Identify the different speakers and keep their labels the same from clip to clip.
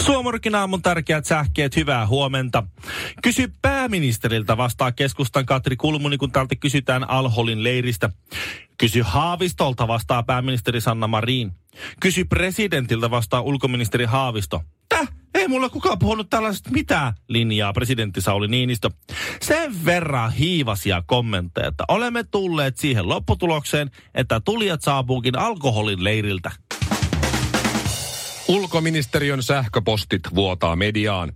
Speaker 1: Suomorkin aamun tärkeät sähkeet, hyvää huomenta. Kysy pääministeriltä, vastaa keskustan Katri Kulmuni, kun tältä kysytään Alholin leiristä. Kysy Haavistolta, vastaa pääministeri Sanna Marin. Kysy presidentiltä, vastaa ulkoministeri Haavisto. Täh? Ei mulla kukaan puhunut tällaista mitään linjaa, presidentti Sauli Niinistö. Sen verran hiivasia kommentteja, että olemme tulleet siihen lopputulokseen, että tulijat saapuukin alkoholin leiriltä.
Speaker 2: Ulkoministeriön sähköpostit vuotaa mediaan.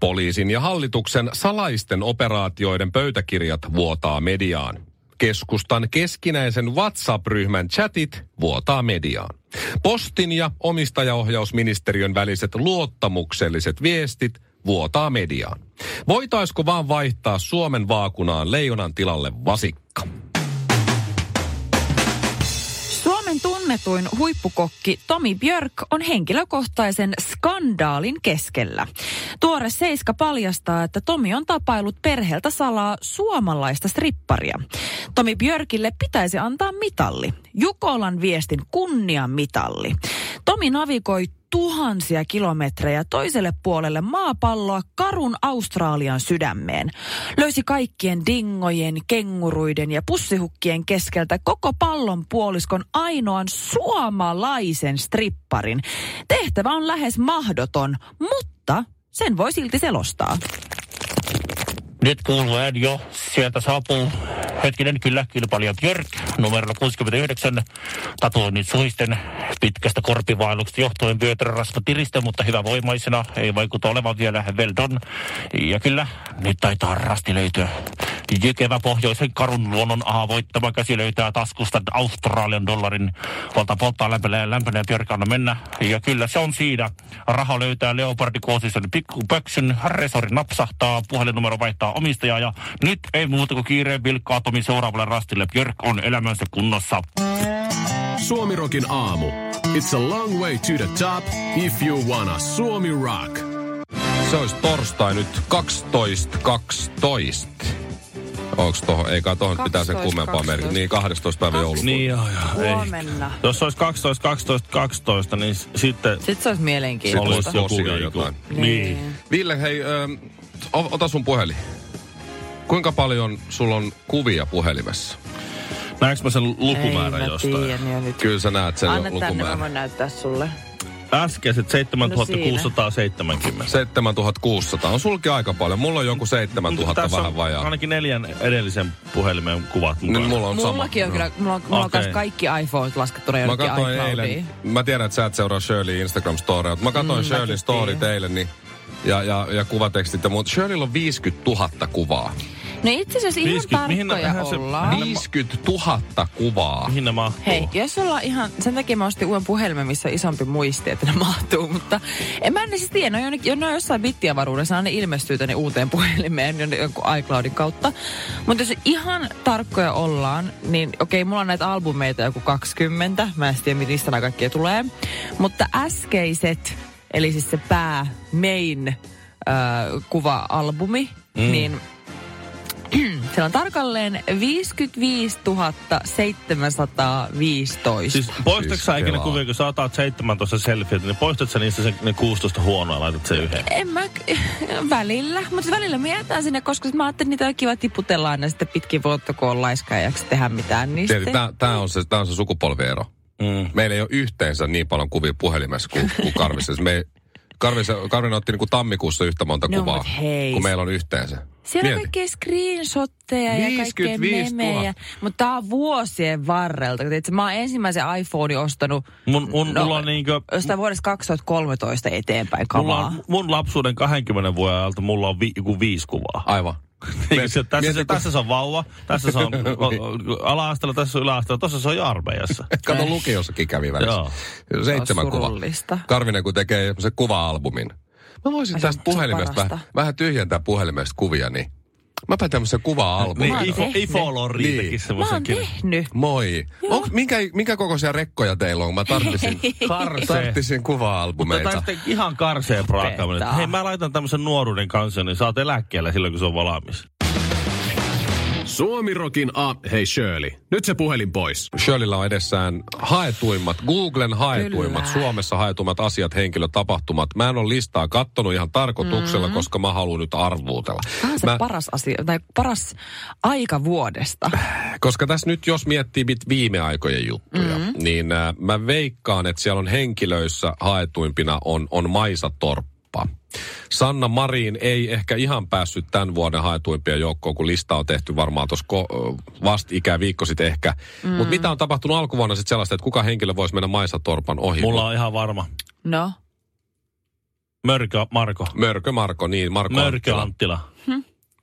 Speaker 2: Poliisin ja hallituksen salaisten operaatioiden pöytäkirjat vuotaa mediaan. Keskustan keskinäisen WhatsApp-ryhmän chatit vuotaa mediaan. Postin ja omistajaohjausministeriön väliset luottamukselliset viestit vuotaa mediaan. Voitaisko vaan vaihtaa Suomen vaakunaan leijonan tilalle vasikka?
Speaker 3: Suomen tunnetuin huippukokki Tomi Björk on henkilökohtaisen skandaalin keskellä. Tuore Seiska paljastaa, että Tomi on tapailut perheeltä salaa suomalaista stripparia. Tomi Björkille pitäisi antaa mitalli. Jukolan viestin kunniamitalli. Tomi navigoi tuhansia kilometrejä toiselle puolelle maapalloa karun Australian sydämeen. Löysi kaikkien dingojen, kenguruiden ja pussihukkien keskeltä koko pallon puoliskon ainoan suomalaisen stripparin. Tehtävä on lähes mahdoton, mutta sen voi silti selostaa.
Speaker 4: Nyt kuuluu ääni jo. Sieltä saapuu hetkinen kyllä kilpailija Björk numero 69 tatuoinnin suisten pitkästä korpivailuksesta johtuen vyötärä rasva tiristä, mutta hyvä voimaisena. Ei vaikuta olevan vielä well done. Ja kyllä, nyt taitaa rasti löytyä. Jykevä pohjoisen karun luonnon aavoittava käsi löytää taskusta Australian dollarin. Valta polttaa lämpenee, lämpenee Björk anna mennä. Ja kyllä se on siinä. Raha löytää leopardikuosisen pikku pöksyn. Resori napsahtaa, puhelinnumero vaihtaa omistajaa ja nyt ei muuta kuin kiireen vilkkaa Tomi seuraavalle rastille. Björk on elämänsä kunnossa.
Speaker 5: Suomirokin aamu. It's a long way to the top if you wanna Suomi rock.
Speaker 2: Se olisi torstai nyt 12.12. Onks tohon, ei kai tohon 12, pitää sen kummempaa
Speaker 3: 12.
Speaker 2: merkitä. Niin 12. päivä joulukuuta.
Speaker 1: Niin joo, joo. ei.
Speaker 3: Huomenna.
Speaker 1: Jos olisi 12, 12, 12, niin s- sitten
Speaker 3: Sitten se olisi
Speaker 2: Sitten
Speaker 3: mielenkiintoista.
Speaker 1: olisi
Speaker 2: voisi
Speaker 1: joku
Speaker 2: osia
Speaker 1: viikko.
Speaker 2: jotain.
Speaker 1: Niin.
Speaker 2: Ville, hei, ö, o- ota sun puhelin. Kuinka paljon sulla on kuvia puhelimessa?
Speaker 1: Näinkö mä sen
Speaker 3: Ei,
Speaker 1: lukumäärän
Speaker 3: mä
Speaker 1: jostain?
Speaker 3: tiedän jo nyt.
Speaker 2: Kyllä sä näet sen
Speaker 3: Anna tänne, mä
Speaker 2: lukumäärän.
Speaker 3: voin näyttää sulle. No
Speaker 1: Äskeiset 7670.
Speaker 2: 7600 on sulki aika paljon. Mulla on joku 7000
Speaker 1: Niin, Tässä on
Speaker 2: vähän vajaa.
Speaker 1: Ainakin neljän edellisen puhelimen kuvat
Speaker 2: Nyt
Speaker 1: mukana.
Speaker 2: mulla on sama.
Speaker 3: Mullakin on kyllä, mulla on, mulla on
Speaker 1: Okei.
Speaker 3: kans kaikki iPhoneit laskettuna
Speaker 2: Mä
Speaker 3: jonnekin
Speaker 2: katsoin
Speaker 3: iCloudiin.
Speaker 2: eilen, mä tiedän, että sä et seuraa Shirley instagram storya mutta mä katsoin
Speaker 3: Mm,
Speaker 2: Shirley
Speaker 3: mäkin
Speaker 2: story
Speaker 3: tiedän.
Speaker 2: teille, niin ja, ja, ja kuvatekstit ja muut. Shirleyllä on 50 000 kuvaa.
Speaker 3: No itse asiassa ihan
Speaker 1: 50, mihin
Speaker 3: tarkkoja
Speaker 1: nähdään se-
Speaker 3: ollaan.
Speaker 2: 50 000 kuvaa.
Speaker 1: Mihin ne mahtuu?
Speaker 3: Hei, jos ollaan ihan, sen takia mä ostin uuden puhelimen, missä on isompi muisti, että ne mahtuu, mutta en mä en siis tiedä, ne on, jonnekin, ne on jossain bittiavaruudessa, ne ilmestyy tänne uuteen puhelimeen jonne- jonkun iCloudin kautta. Mutta jos ihan tarkkoja ollaan, niin okei, mulla on näitä albumeita joku 20, mä en sit tiedä, mistä nämä kaikkia tulee. Mutta äskeiset, eli siis se pää, main äh, kuva-albumi,
Speaker 1: Mm.
Speaker 3: niin siellä on tarkalleen 55 715.
Speaker 1: Siis poistatko
Speaker 2: Siis
Speaker 1: sä ikinä
Speaker 2: kelaa.
Speaker 1: kuvia, kun sä otat 17 selfieitä, niin poistat sä niistä sen, ne 16 huonoa ja laitat sen yhden?
Speaker 3: En mä, välillä, mutta välillä mä jätän sinne, koska mä ajattelin, että niitä on kiva tiputella aina sitten pitkin vuotta, kun on laiska ja jaksa tehdä mitään niistä.
Speaker 2: Tämä tää on se, tää on se sukupolviero.
Speaker 1: Mm.
Speaker 2: Meillä ei ole yhteensä niin paljon kuvia puhelimessa kuin, kuin Karvisessa. Me, Karvisa, Karvinen otti niin kuin tammikuussa yhtä monta
Speaker 3: No,
Speaker 2: kuvaa,
Speaker 3: mut hei.
Speaker 2: kun meillä on yhteensä.
Speaker 3: Siellä on
Speaker 2: Mieti.
Speaker 3: kaikkea screenshotteja ja
Speaker 2: 55
Speaker 3: kaikkea
Speaker 2: 000.
Speaker 3: memejä, mutta tää on vuosien varrelta. Tiedätkö, mä oon ensimmäisen iPhone ostanut
Speaker 1: Mun, mun, no, mulla on niinkö...
Speaker 3: jostain vuodesta 2013 eteenpäin
Speaker 1: Mulla
Speaker 3: kamaa.
Speaker 1: on, mun lapsuuden 20 vuoden ajalta mulla on vi, joku viisi kuvaa.
Speaker 2: Aivan. niin.
Speaker 1: Eikö se, tässä,
Speaker 2: mieti,
Speaker 1: se,
Speaker 2: kun-
Speaker 1: tässä se on vauva, tässä se on o- o- ala-asteella, tässä se on yläasteella, tuossa se on jo armeijassa.
Speaker 2: Kato lukiossakin kävi välissä. Seitsemän
Speaker 3: On
Speaker 2: kuvaa.
Speaker 3: surullista.
Speaker 2: Karvinen kun tekee se kuva-albumin. Mä voisin
Speaker 3: Ai se
Speaker 2: tästä
Speaker 3: on- se on
Speaker 2: puhelimesta
Speaker 3: parasta.
Speaker 2: vähän, vähän tyhjentää puhelimesta kuvia, niin Mäpä tämmöisen kuva-albumin.
Speaker 1: Niin, Ifo,
Speaker 3: tehnyt.
Speaker 1: Ifo-Lori teki
Speaker 2: Niin.
Speaker 3: Mä
Speaker 1: semmoisen
Speaker 3: oon
Speaker 1: kirjan.
Speaker 3: tehnyt.
Speaker 2: Moi. Onks, minkä, minkä kokoisia rekkoja teillä on? Mä tarvisin,
Speaker 1: Karsee.
Speaker 2: tarvisin
Speaker 1: Mutta
Speaker 2: kuva-albumeita.
Speaker 1: tai sitten ihan karseen praakkaaminen. että Hei, mä laitan tämmöisen nuoruuden kansan, niin saat eläkkeellä silloin, kun se on valmis.
Speaker 5: Suomirokin a... Hei Shirley, nyt se puhelin pois.
Speaker 2: Shirleyllä on edessään haetuimmat, Googlen haetuimmat,
Speaker 3: Kyllä.
Speaker 2: Suomessa haetuimmat asiat, henkilötapahtumat. Mä en ole listaa kattonut ihan tarkoituksella, mm-hmm. koska mä haluan nyt arvuutella.
Speaker 3: Tämä on Mm. se
Speaker 2: Mä,
Speaker 3: paras asia, tai paras aika vuodesta.
Speaker 2: koska tässä nyt, jos miettii mit viime aikojen juttuja,
Speaker 3: Mhm.
Speaker 2: mm-hmm. niin äh, mä veikkaan, että siellä on henkilöissä haetuimpina on, on Maisa Torppa. Sanna Marin ei ehkä ihan päässyt tämän vuoden haetuimpia joukkoon, kun lista on tehty varmaan tuossa ko- vastikään viikko sitten ehkä. Mm. Mutta mitä on tapahtunut alkuvuonna sitten sellaista, että kuka henkilö voisi mennä Maisa Torpan ohi?
Speaker 1: Mulla on ihan varma.
Speaker 3: No,
Speaker 1: Mörkö Marko.
Speaker 2: Mörkö Marko, niin Marko
Speaker 1: Mörkö
Speaker 2: Anttila.
Speaker 1: Anttila.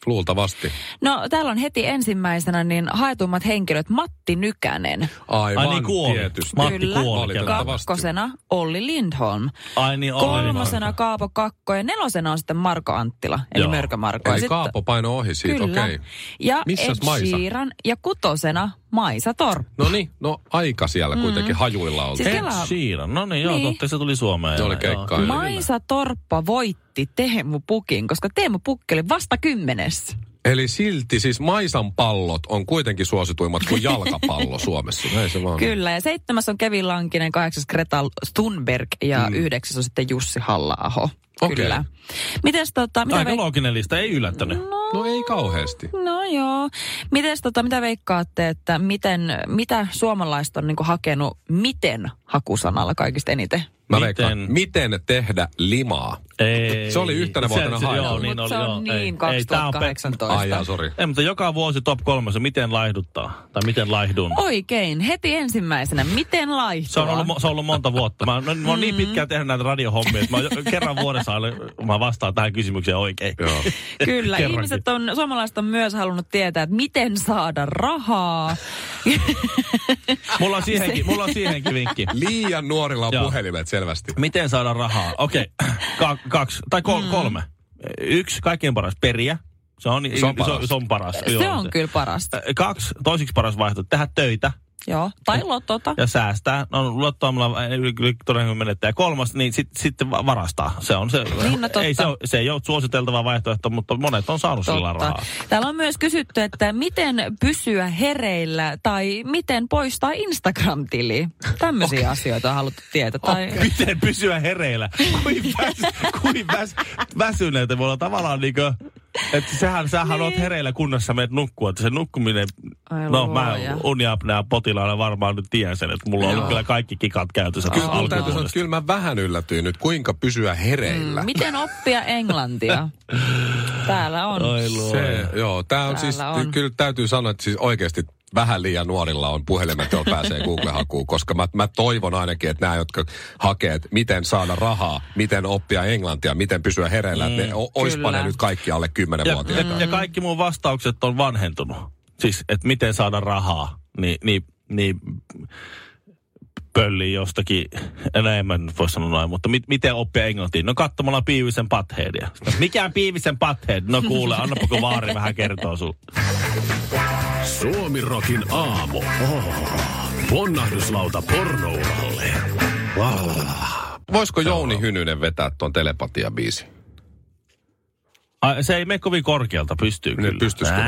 Speaker 2: Luultavasti.
Speaker 3: no täällä on heti ensimmäisenä niin haetummat henkilöt Matti Nykänen.
Speaker 2: Aivan
Speaker 1: Ai niin kuoli.
Speaker 2: tietysti.
Speaker 1: Matti
Speaker 3: Kyllä.
Speaker 1: kuoli. kerran.
Speaker 2: Valitettavasti.
Speaker 3: Kakkosena Olli Lindholm.
Speaker 1: Ai niin, Olli
Speaker 3: Kolmosena
Speaker 1: Marko.
Speaker 3: Kaapo Kakko ja nelosena on sitten Marko Anttila, eli
Speaker 1: Joo.
Speaker 3: Mörkö Marko. Ja
Speaker 2: Eli
Speaker 3: sit-
Speaker 2: Kaapo paino ohi siitä,
Speaker 3: Kyllä.
Speaker 2: okei.
Speaker 3: Ja
Speaker 2: Missäs
Speaker 3: Ed
Speaker 2: Maisa?
Speaker 3: Sheeran ja kutosena Maisa Torp.
Speaker 2: No niin, no aika siellä
Speaker 3: Mm-hmm.
Speaker 2: kuitenkin hajuilla oltiin.
Speaker 3: Siis
Speaker 1: Ed
Speaker 3: Kela-
Speaker 1: Sheeran. No niin, joo,
Speaker 3: Niin.
Speaker 1: totta, se tuli Suomeen.
Speaker 2: Se oli
Speaker 1: Joo.
Speaker 2: keikkaa. Kyllä.
Speaker 3: Maisa Torppa voitti Teemu Pukin, koska Teemu Pukki oli vasta kymmenes.
Speaker 2: Eli silti siis maisan pallot on kuitenkin suosituimmat kuin jalkapallo Suomessa. Näin se vaan. on.
Speaker 3: Kyllä, ja seitsemäs on Kevin Lankinen, kahdeksas Greta Thunberg ja mm. yhdeksäs on sitten Jussi halla
Speaker 2: Okei.
Speaker 3: Kyllä. Mites tota, mitä
Speaker 1: Aika
Speaker 3: veik-
Speaker 1: looginen lista, ei yllättänyt.
Speaker 2: No ei kauheasti.
Speaker 3: No joo. Mites tota, mitä veikkaatte, että miten, mitä suomalaiset on niinku hakenut, miten hakusanalla kaikista eniten?
Speaker 2: Mä
Speaker 1: Miten-
Speaker 2: miten? veikkaan, miten tehdä limaa?
Speaker 1: Ei.
Speaker 2: Se oli yhtenä vuotena
Speaker 1: se- Joo,
Speaker 2: haettu.
Speaker 1: niin
Speaker 3: Mut
Speaker 1: oli.
Speaker 3: se on
Speaker 1: joo,
Speaker 3: niin
Speaker 1: ei. Ei, tää on pe-
Speaker 3: 2018.
Speaker 2: Ai jaa, sori.
Speaker 1: Ei, mutta joka vuosi top kolmessa, miten laihduttaa? Tai miten laihdun?
Speaker 3: Oikein, heti ensimmäisenä. Miten laihtua?
Speaker 1: Se on, ollut, mo- se on ollut monta vuotta. Mä, mä, mä
Speaker 3: Mm.
Speaker 1: oon niin pitkään tehnyt näitä radiohommia, että mä oon jo- kerran vuodessa aina, mä vastaan tähän kysymykseen oikein.
Speaker 2: Joo.
Speaker 3: Kyllä,
Speaker 1: Kerrankin.
Speaker 3: ihmiset on, suomalaiset on myös halunnut tietää, että miten saada rahaa.
Speaker 1: Mulla on siihenkin, mulla on siihenkin vinkki.
Speaker 2: Liian nuorilla on
Speaker 1: Joo.
Speaker 2: puhelimet selvästi.
Speaker 1: Miten saada rahaa? Okei, okay. kaksi, tai kol-
Speaker 3: Mm.
Speaker 1: kolme. Yksi, kaikkein paras, periä. Se on,
Speaker 2: Se on
Speaker 1: Se,
Speaker 2: paras.
Speaker 1: se on paras.
Speaker 3: Se on kyllä parasta.
Speaker 1: Kaksi, toisiksi paras vaihtoehto, tehdä töitä
Speaker 3: Joo, tai lotota.
Speaker 1: ja säästää. No luottoamalla todennäköisesti menettää. Ja kolmas, niin sit- sitten va- varastaa. Se on se.
Speaker 3: Niin, no totta.
Speaker 1: ei, se, ole, se ei ole suositeltava vaihtoehto, mutta monet on saanut sillä
Speaker 3: Totta.
Speaker 1: rahaa.
Speaker 3: Täällä on myös kysytty, että miten pysyä hereillä tai miten poistaa Instagram-tili. Tämmöisiä asioita on haluttu tietää. Tai...
Speaker 1: Miten pysyä hereillä? Kuin, väs, kuin väs, väsyneitä voi olla tavallaan niinkö... Että sehän, sähän oot hereillä kunnossa menet nukkua, että se nukkuminen...
Speaker 3: Niin. Ai
Speaker 1: no mä
Speaker 3: luoja.
Speaker 1: uniapnea potilaana varmaan nyt tiedän sen, että mulla on ollut kyllä kaikki kikat käytössä
Speaker 2: Kyllä,
Speaker 1: tuossa
Speaker 2: mun täytyy sanoa, että
Speaker 1: alkuvuodesta.
Speaker 2: kyllä mä vähän yllätyin nyt, kuinka pysyä hereillä.
Speaker 3: Mm, miten oppia englantia? Täällä on.
Speaker 1: Ai luoja.
Speaker 2: Se, joo, tämä on
Speaker 3: Täällä
Speaker 2: siis,
Speaker 3: on.
Speaker 2: on. kyllä täytyy sanoa, että siis oikeasti vähän liian nuorilla on puhelimet, joilla pääsee Google-hakuun, koska mä, mä toivon ainakin, että nämä, jotka hakee, että miten saada rahaa, miten oppia englantia, miten pysyä hereillä, mm, että ne, o- oispa
Speaker 3: kyllä.
Speaker 2: ne nyt kaikki alle
Speaker 1: Ja,
Speaker 2: 10-vuotiaita.
Speaker 1: ja, ja kaikki mun vastaukset on vanhentunut. Siis, että miten saada rahaa, niin, niin, niin pölli jostakin, no en mä nyt voi sanoa noin, mutta mit, miten oppia englantiin? No katsomalla piivisen patheadia. Mikä on piivisen pathead? No kuule, annapako vaari vähän kertoa sun.
Speaker 5: Suomirokin aamu. Ponnahduslauta pornouralle.
Speaker 2: Voisiko Jouni Hynynen vetää tuon telepatia-biisin?
Speaker 1: Ai, se ei mene kovin korkealta, pystyy
Speaker 2: Ne
Speaker 1: kyllä.
Speaker 2: pystyisikö?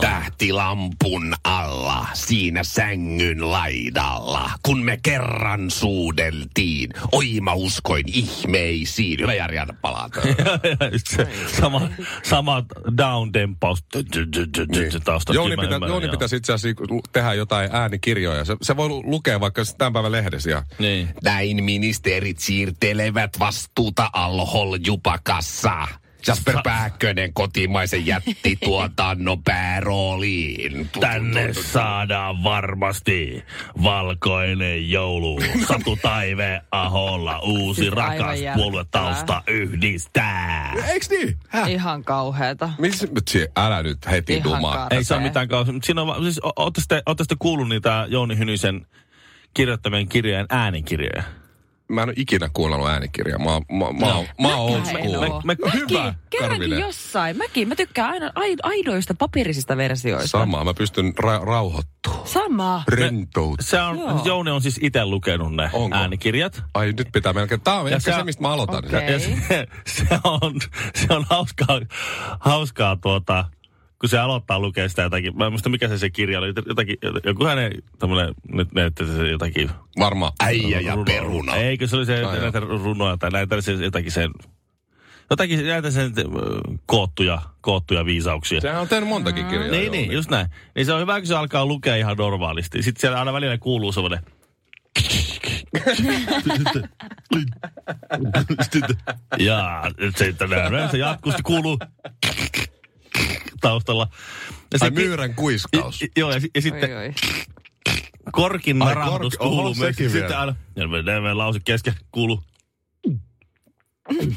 Speaker 6: Tähtilampun alla, siinä sängyn laidalla, kun me kerran suudeltiin. Oi, mä uskoin ihmeisiin. Hyvä Jari, anna palaa tähän.
Speaker 1: se, sama, sama down-tempaus. Taustalla.
Speaker 2: Jouni,
Speaker 1: Kyllä mä
Speaker 2: pitä,
Speaker 1: ymmärrän,
Speaker 2: Jouni
Speaker 1: joo.
Speaker 2: pitäisi itse asiassa lu- tehdä jotain äänikirjoja. Se, se voi lu- lukea vaikka tämän päivän lehdessä. Ja
Speaker 1: Niin.
Speaker 6: Näin ministerit siirtelevät vastuuta alhol-jupakassa. Jasper Pääkkönen kotimaisen jättituotannon päärooliin.
Speaker 1: Tänne saadaan varmasti valkoinen joulu. Satu Taive Aholla uusi
Speaker 3: Siis aivan
Speaker 1: rakas
Speaker 3: järkyttävää.
Speaker 1: puoluetausta yhdistää.
Speaker 2: Eiks niin? Häh?
Speaker 3: Ihan kauheeta.
Speaker 2: Missä? Tsi, Älä nyt heti
Speaker 3: Ihan
Speaker 2: dumaa.
Speaker 3: karsee.
Speaker 1: Ei se ole mitään kauheaa. Siinä on, va- siis, o- ootte sitten- ootte sitten kuullut niitä Jouni Hynysen kirjoittamien kirjojen äänikirjoja?
Speaker 2: mä en ole ikinä kuunnellut äänikirjaa. Mä, oon- mä, mä, no, mä, mä oon old
Speaker 3: Mäkään en
Speaker 2: school. No
Speaker 3: oo.
Speaker 1: Me- me-
Speaker 3: Mäkin,
Speaker 2: Hyvä,
Speaker 3: kerrankin
Speaker 2: Karvinen.
Speaker 3: jossain. Mäkin, mä tykkään aina ai- aidoista paperisista versioista.
Speaker 2: Samaa, mä pystyn ra- rauhoittumaan.
Speaker 3: Sama.
Speaker 2: Rentoutumaan.
Speaker 1: Se on,
Speaker 3: Joo.
Speaker 1: Jouni on siis itse lukenut ne
Speaker 2: Onko?
Speaker 1: äänikirjat.
Speaker 2: Ai nyt pitää melkein. Tää on
Speaker 1: Ja
Speaker 2: ehkä
Speaker 1: sä-
Speaker 2: se, mistä mä aloitan.
Speaker 3: Okei.
Speaker 1: Ja se, se, on, se on hauskaa, hauskaa tuota, kun se aloittaa lukea sitä jotakin. Mä en muista mikä se se kirja oli. Jotakin, joku hänen tämmönen, nyt näette se jotakin.
Speaker 2: Varmaan.
Speaker 6: Äijä ja
Speaker 1: runo-
Speaker 6: peruna.
Speaker 1: Eikö se oli se
Speaker 2: Ai
Speaker 1: näitä runoja tai näitä se, jotakin sen, jotakin näitä sen ö, koottuja, koottuja viisauksia.
Speaker 2: Sehän on tehnyt montakin kirjaa.
Speaker 1: Niin,
Speaker 2: joo.
Speaker 1: niin, just näin. Niin se on hyvä, kun se alkaa lukea ihan normaalisti. Sitten siellä aina välillä kuuluu semmoinen... ja nyt se tänään, se jatkuu, sitten kuuluu taustalla. Ja
Speaker 2: Ai
Speaker 1: sitten-
Speaker 2: myyrän kuiskaus.
Speaker 1: I- Joo, ja, si- ja sitten
Speaker 3: Oi, oi.
Speaker 1: korkin
Speaker 2: Ai,
Speaker 1: narahdus
Speaker 2: kork- oho,
Speaker 1: kuuluu myös.
Speaker 2: sekin
Speaker 1: Sitten
Speaker 2: vielä.
Speaker 1: aina, ja me näemme lause kesken, kuuluu.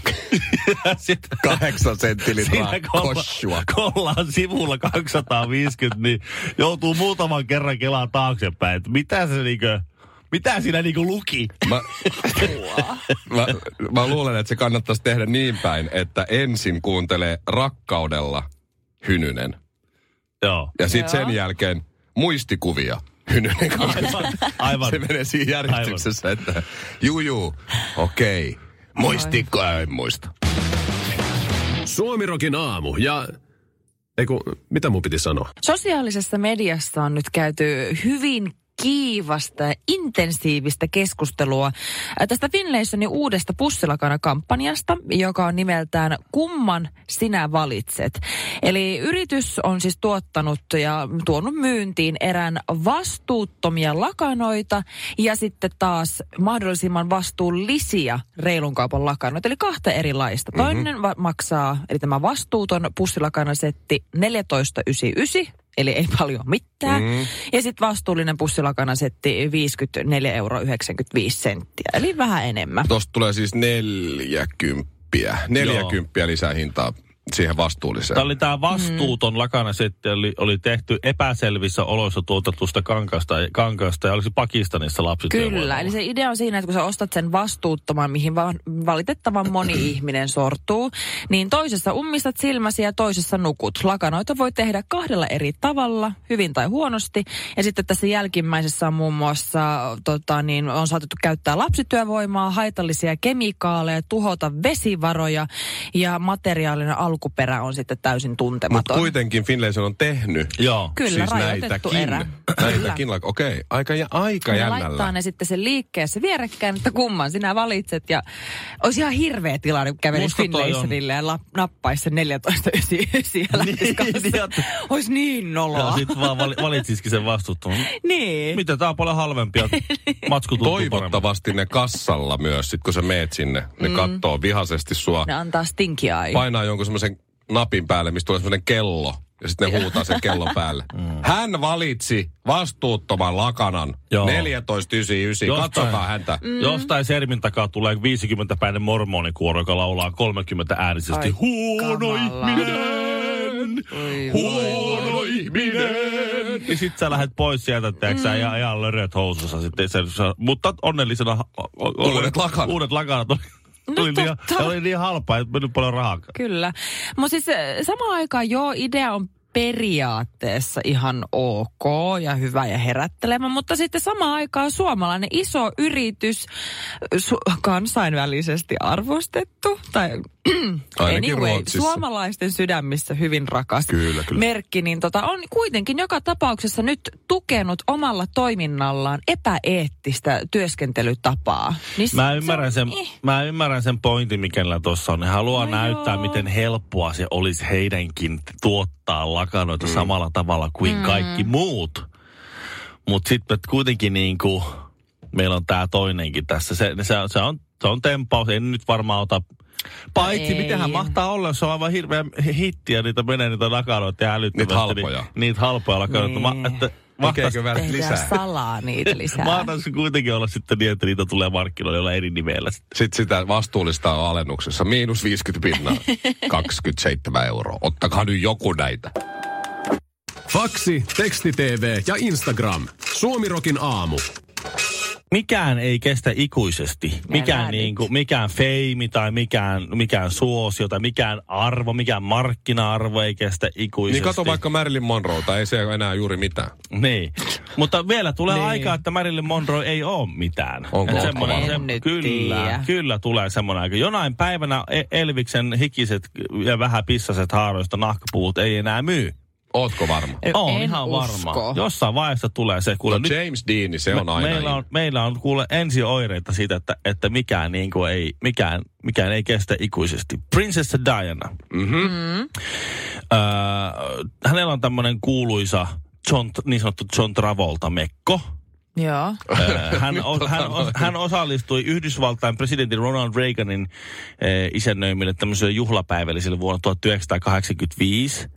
Speaker 1: Ja sitten
Speaker 2: Kahdeksan senttilitraa
Speaker 1: siinä kun
Speaker 2: koshua.
Speaker 1: olla, kun ollaan sivulla 250, niin joutuu muutaman kerran kelaan taaksepäin, että mitä se niinkö, mitä siinä niinku luki?
Speaker 2: Mä, mä, mä luulen, että se kannattaisi tehdä niin päin, että ensin kuuntelee rakkaudella hynynen.
Speaker 1: Joo.
Speaker 2: Ja sitten
Speaker 3: Joo.
Speaker 2: sen jälkeen muistikuvia hynynen kanssa.
Speaker 1: Aivan. aivan.
Speaker 2: Se menee siinä järjestyksessä, että juu juu, okei. Okay. Muistikko, Ai, en muista.
Speaker 5: Suomirokin aamu ja... Eiku, mitä mun piti sanoa?
Speaker 3: Sosiaalisessa mediassa on nyt käyty hyvin kiivasta ja intensiivistä keskustelua äh, tästä Finlaysonin uudesta pussilakanakakampanjasta, joka on nimeltään Kumman sinä valitset. Eli yritys on siis tuottanut ja tuonut myyntiin erään vastuuttomia lakanoita ja sitten taas mahdollisimman vastuullisia reilun kaupan lakanoita, eli kahta erilaista. Toinen va- maksaa, eli tämä vastuuton pussilakanasetti 14,99, eli ei paljon mitään. Mm. Ja sitten vastuullinen pussilakanasetti 54,95 euroa, eli vähän enemmän.
Speaker 2: Tuosta tulee siis neljäkymppiä. Neljäkymppiä lisää hintaa siihen vastuulliseen.
Speaker 1: Tämä oli tämä vastuuton mm. lakana sitten, oli, oli tehty epäselvissä oloissa tuotetusta kankaasta, kankaasta ja oliko se Pakistanissa lapsi
Speaker 3: Kyllä, eli se idea on siinä, että kun sä ostat sen vastuuttoman, mihin vaan valitettavan moni ihminen sortuu, niin toisessa ummistat silmäsi ja toisessa nukut. Lakanoita voi tehdä kahdella eri tavalla, hyvin tai huonosti. Ja sitten tässä jälkimmäisessä on muun muassa tota, niin on saatettu käyttää lapsityövoimaa, haitallisia kemikaaleja, tuhota vesivaroja ja materiaalinen alkuperä on sitten täysin
Speaker 2: Mutta
Speaker 3: tuntematon.
Speaker 2: kuitenkin Finlayson on tehnyt
Speaker 1: Joo.
Speaker 3: Kyllä,
Speaker 2: siis
Speaker 3: rajoitettu
Speaker 2: näitäkin.
Speaker 3: erä.
Speaker 2: Näitäkin. lak- Okei, okay. aika, ja- aika
Speaker 3: Ja
Speaker 2: jännällä.
Speaker 3: laittaa ne sitten sen liikkeessä vierekkäin, että kumman sinä valitset. Ja olisi ihan hirveä tilanne, kun kävelisi
Speaker 1: Musta toi
Speaker 3: Finlaysonille ja la- nappaisi sen 14 siellä.
Speaker 1: Niin, niin.
Speaker 3: olisi niin
Speaker 1: Ja
Speaker 3: noloa.
Speaker 1: sitten vaan vali, valitsisikin sen vastuuttoman.
Speaker 3: Niin.
Speaker 1: Mitä, tämä on paljon halvempia. Matsku tuntuu paremmin.
Speaker 2: Toivottavasti ne kassalla myös, sit kun sä meet sinne, ne mm. kattoo vihaisesti sua,
Speaker 3: Ne antaa stinky eye.
Speaker 2: painaa jonkun semmoisen napin päälle, mistä tulee semmoinen kello, ja sitten ne huutaa sen kellon päälle.
Speaker 1: Mm.
Speaker 2: Hän valitsi vastuuttoman lakanan.
Speaker 1: Joo.
Speaker 2: 14.99.
Speaker 1: Jostain.
Speaker 2: Katsotaan häntä.
Speaker 1: Mm. Jostain sermin takaa tulee 50-päinen mormonikuoro, joka laulaa 30 äänisesti.
Speaker 3: Ai,
Speaker 1: Huono
Speaker 3: kamalaa.
Speaker 1: ihminen!
Speaker 3: Oi,
Speaker 1: Huono ihminen! Ja sit sä lähet pois sieltä, teeksä, mm. ja ihan löröt housussa. Sitten se, se, mutta onnellisena... o- o-
Speaker 2: Uudet lakanat.
Speaker 1: Uudet lakanat oli,
Speaker 3: No
Speaker 1: oli, niin,
Speaker 3: totta.
Speaker 1: ne oli niin halpaa, että mennyt paljon rahaa.
Speaker 3: Kyllä. Mutta siis eh, samaan aikaan joo, idea on periaatteessa ihan ok ja hyvä ja herättelemä, mutta sitten samaan aikaan suomalainen iso yritys, eh, su- kansainvälisesti arvostettu, tai
Speaker 2: Ainakin
Speaker 3: anyway,
Speaker 2: Ruotsissa.
Speaker 3: suomalaisten sydämissä hyvin rakas
Speaker 2: Kyllä, kyllä.
Speaker 3: merkki, niin tota, on kuitenkin joka tapauksessa nyt tukenut omalla toiminnallaan epäeettistä työskentelytapaa. Niin se-
Speaker 1: Mä
Speaker 3: se
Speaker 1: ymmärrän,
Speaker 3: on-
Speaker 1: sen,
Speaker 3: eh.
Speaker 1: mä ymmärrän sen pointin, mikä niillä tuossa on. Ne haluaa
Speaker 3: No
Speaker 1: no näyttää,
Speaker 3: joo.
Speaker 1: joo. miten helppoa se olisi heidänkin tuottaa lakanoita mm. samalla tavalla kuin mm. kaikki muut. Mutta sitten kuitenkin niin kuin, meillä on tämä toinenkin tässä. Se, se, se, on, se on tempaus, en nyt varmaan ota... Paitsi,
Speaker 3: Ei.
Speaker 1: mitenhän mahtaa olla, jos on aivan hirveä hittiä, niitä menee niitä lakanoita ja älyttömästi.
Speaker 2: Niitä halpoja.
Speaker 1: Niin, niitä halpoja lakanoita. Niin.
Speaker 3: Niin.
Speaker 1: Ma, että,
Speaker 2: Tekeekö
Speaker 1: mahtais-
Speaker 2: vähän
Speaker 3: Tehdään
Speaker 2: lisää?
Speaker 3: salaa niitä lisää.
Speaker 1: mahtaisi kuitenkin olla sitten niin, että niitä tulee markkinoille jollain eri nimellä sitten.
Speaker 2: Sitten sitä vastuullista on alennuksessa. Miinus 50 pinnaa. 27 euroa. Ottakaa nyt joku näitä.
Speaker 5: Faksi, teksti TV ja Instagram. Suomirokin aamu.
Speaker 1: mikään ei kestä ikuisesti. Mikään,
Speaker 3: nyt.
Speaker 1: niin kuin, mikään feimi tai mikään, mikään suosio tai mikään arvo, mikään markkina-arvo ei kestä
Speaker 2: Niin
Speaker 1: ikuisesti.
Speaker 2: kato vaikka Marilyn Monroeta, ei se ole enää juuri mitään.
Speaker 1: Niin. Mutta vielä tulee
Speaker 3: Niin.
Speaker 1: niin. aika, että Marilyn Monroe ei ole mitään.
Speaker 2: Onko?
Speaker 1: Et semmoinen-
Speaker 3: En nyt
Speaker 1: kyllä,
Speaker 3: tiedä.
Speaker 1: kyllä tulee semmoinen aika. Jonain päivänä E- Elviksen hikiset ja vähän pissaset haaroista nahkapuut ei enää myy.
Speaker 2: Ootko varma?
Speaker 3: En
Speaker 1: Oon ihan
Speaker 3: usko.
Speaker 1: varma. Jossain vaiheessa tulee se. Kuule,
Speaker 2: No James Dean, niin se on
Speaker 1: me-
Speaker 2: aina.
Speaker 1: meillä, on, meillä on kuule ensi oireita siitä, että, että mikään, niin kuin ei, mikään, mikään ei kestä ikuisesti. Princess Diana.
Speaker 2: Mm-hmm.
Speaker 1: Öö, hänellä on tämmöinen kuuluisa John, niin sanottu John Travolta-mekko.
Speaker 3: Joo.
Speaker 1: Öö, hän, o- hän, o- hän osallistui Yhdysvaltain presidentin Ronald Reaganin eh, isännöimille tämmöiselle juhlapäivälliselle vuonna 1985.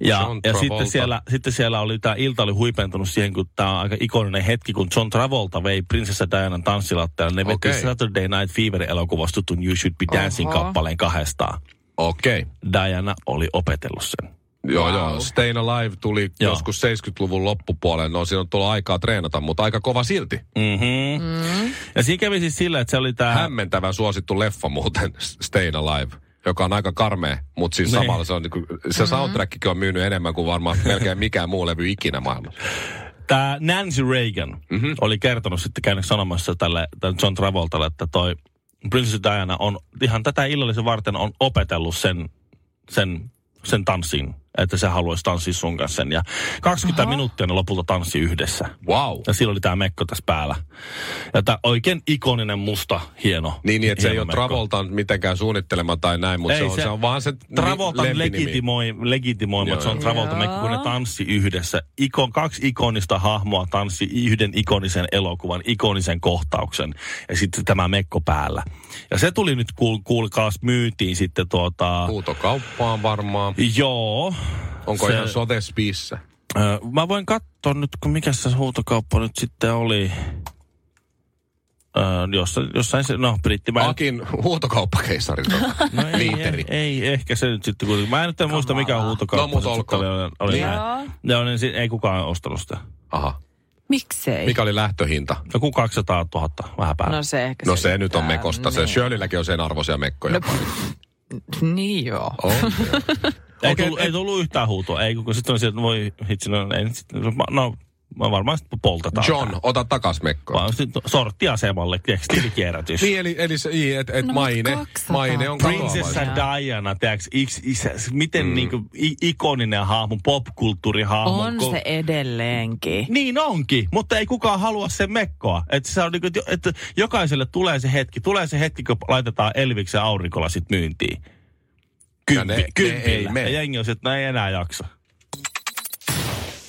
Speaker 1: Ja,
Speaker 2: John
Speaker 1: ja sitten,
Speaker 2: Travolta.
Speaker 1: siellä, sitten siellä oli tämä ilta oli huipentunut siihen, kun tämä on aika ikoninen hetki, kun John Travolta vei prinsessa Dianan tanssilattialle. Ne veti
Speaker 2: Okei.
Speaker 1: Saturday Night Fever-elokuvasta tutun You Should Be Dancing
Speaker 3: Oho.
Speaker 1: kappaleen kahdestaan.
Speaker 2: Okei. Okay.
Speaker 1: Diana oli opetellut sen.
Speaker 2: Joo, wow. joo. Stayin Alive tuli joo.
Speaker 1: Joo.
Speaker 2: joskus 70-luvun loppupuoleen. No siinä on tullut aikaa treenata, mutta aika kova silti.
Speaker 1: Mm-hmm. Mm-hmm. Ja siinä kävi siis sillä, että se oli tämä...
Speaker 2: Hämmentävän suosittu leffa muuten, Stayin Alive joka on aika karmea, mutta siis
Speaker 1: Niin.
Speaker 2: samalla se on, niinku- se soundtrackikin on myynyt enemmän kuin varmaan melkein mikään muu levy ikinä maailmassa.
Speaker 1: tämä Nancy Reagan
Speaker 2: Mhm.
Speaker 1: mm-hmm. oli kertonut sitten käynyt sanomassa tälle, tälle John Travoltalle, että toi Princess Diana on ihan tätä illallisen varten on opetellut sen, sen, sen tanssin, että se haluaisi tanssia sun kanssa sen. Ja 20 Aha. minuuttia ne lopulta tanssi yhdessä.
Speaker 2: Wow.
Speaker 1: Ja silloin oli tämä mekko tässä päällä. Ja tämä oikein ikoninen musta, hieno.
Speaker 2: Niin, niin että se ei
Speaker 1: hieno
Speaker 2: ole
Speaker 1: mekko.
Speaker 2: Travoltan mitenkään suunnittelema tai näin, mutta
Speaker 1: Ei
Speaker 2: se on, se,
Speaker 1: se-
Speaker 2: se on vaan se
Speaker 1: Travoltan legitimoi, legitimoi
Speaker 2: Niin, Joo,
Speaker 1: se on
Speaker 2: joo.
Speaker 1: Travolta mekko, kun ne tanssi yhdessä. Ikon, kaksi ikonista hahmoa tanssi yhden ikonisen elokuvan, ikonisen kohtauksen ja sitten tämä mekko päällä. Ja se tuli nyt, kuul, kuulkaas, myytiin sitten tuota...
Speaker 2: Huutokauppaan varmaan.
Speaker 1: Joo.
Speaker 2: Onko se...
Speaker 1: Se-
Speaker 2: ihan sotespiissä?
Speaker 1: Ö, Mä voin katsoa nyt, kun mikä se huutokauppa nyt sitten oli. Ö, jossain, jossain se, no brittimäinen.
Speaker 2: Akin huutokauppakeisari.
Speaker 1: No ei,
Speaker 2: Liiteri.
Speaker 1: ei, ei, ehkä se nyt sitten kuitenkin. Mä en nyt en muista mikä huutokauppa.
Speaker 2: No, mut
Speaker 1: se nyt
Speaker 2: olkoon.
Speaker 1: Oli, oli, oli
Speaker 2: Niin.
Speaker 1: näin. Joo, niin si- ei kukaan ostanut sitä.
Speaker 2: Aha.
Speaker 3: Miksei?
Speaker 2: Mikä oli lähtöhinta?
Speaker 1: Joku 200 000, vähän päälle.
Speaker 3: No se ehkä
Speaker 2: No se nyt on
Speaker 3: selittää.
Speaker 2: mekosta. Se
Speaker 3: Niin.
Speaker 2: Shirleylläkin on sen arvoisia mekkoja. Oh,
Speaker 3: No, Niin joo.
Speaker 2: On.
Speaker 1: ei,
Speaker 2: okei,
Speaker 1: tullut,
Speaker 2: et-
Speaker 1: ei tullut yhtään huutoa. Ei, kun sitten on sieltä, voi hitsi, no, ei, nyt sit, no mä varmaan sitten poltetaan.
Speaker 2: John,
Speaker 1: tää.
Speaker 2: ota takas mekkoja.
Speaker 1: Vaan sitten sorttiasemalle, tiedätkö, tilikierrätys.
Speaker 2: Niin, eli, eli se, i, et, et
Speaker 3: No, mut
Speaker 2: maine,
Speaker 3: 200.
Speaker 2: maine on
Speaker 1: Princessa
Speaker 2: katoavainen.
Speaker 1: No, Diana, tiedätkö, is, is, miten mm. niinku, i, ikoninen hahmo, popkulttuurihahmo.
Speaker 3: On
Speaker 1: ko-
Speaker 3: se edelleenkin.
Speaker 1: Niin onkin, mutta ei kukaan halua sen mekkoa. Että se on niinku, että jo- että jokaiselle tulee se hetki, tulee se hetki, kun laitetaan Elviksen aurinkolasit myyntiin.
Speaker 2: Ja ne-
Speaker 1: Kympi,
Speaker 2: ne ei
Speaker 1: kympillä.
Speaker 2: mene.
Speaker 1: ja jengi on se, että no ei enää jaksa.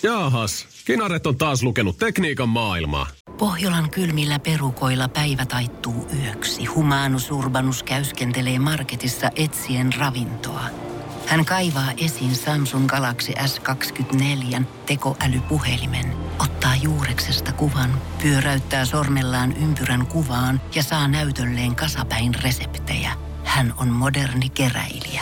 Speaker 5: Jaahas, kinaret on taas lukenut tekniikan maailmaa.
Speaker 7: Pohjolan kylmillä perukoilla päivä taittuu yöksi. Humanus Urbanus käyskentelee marketissa etsien ravintoa. Hän kaivaa esiin Samsung Galaxy S24 tekoälypuhelimen, ottaa juureksesta kuvan, pyöräyttää sormellaan ympyrän kuvaan ja saa näytölleen kasapäin reseptejä. Hän on moderni keräilijä.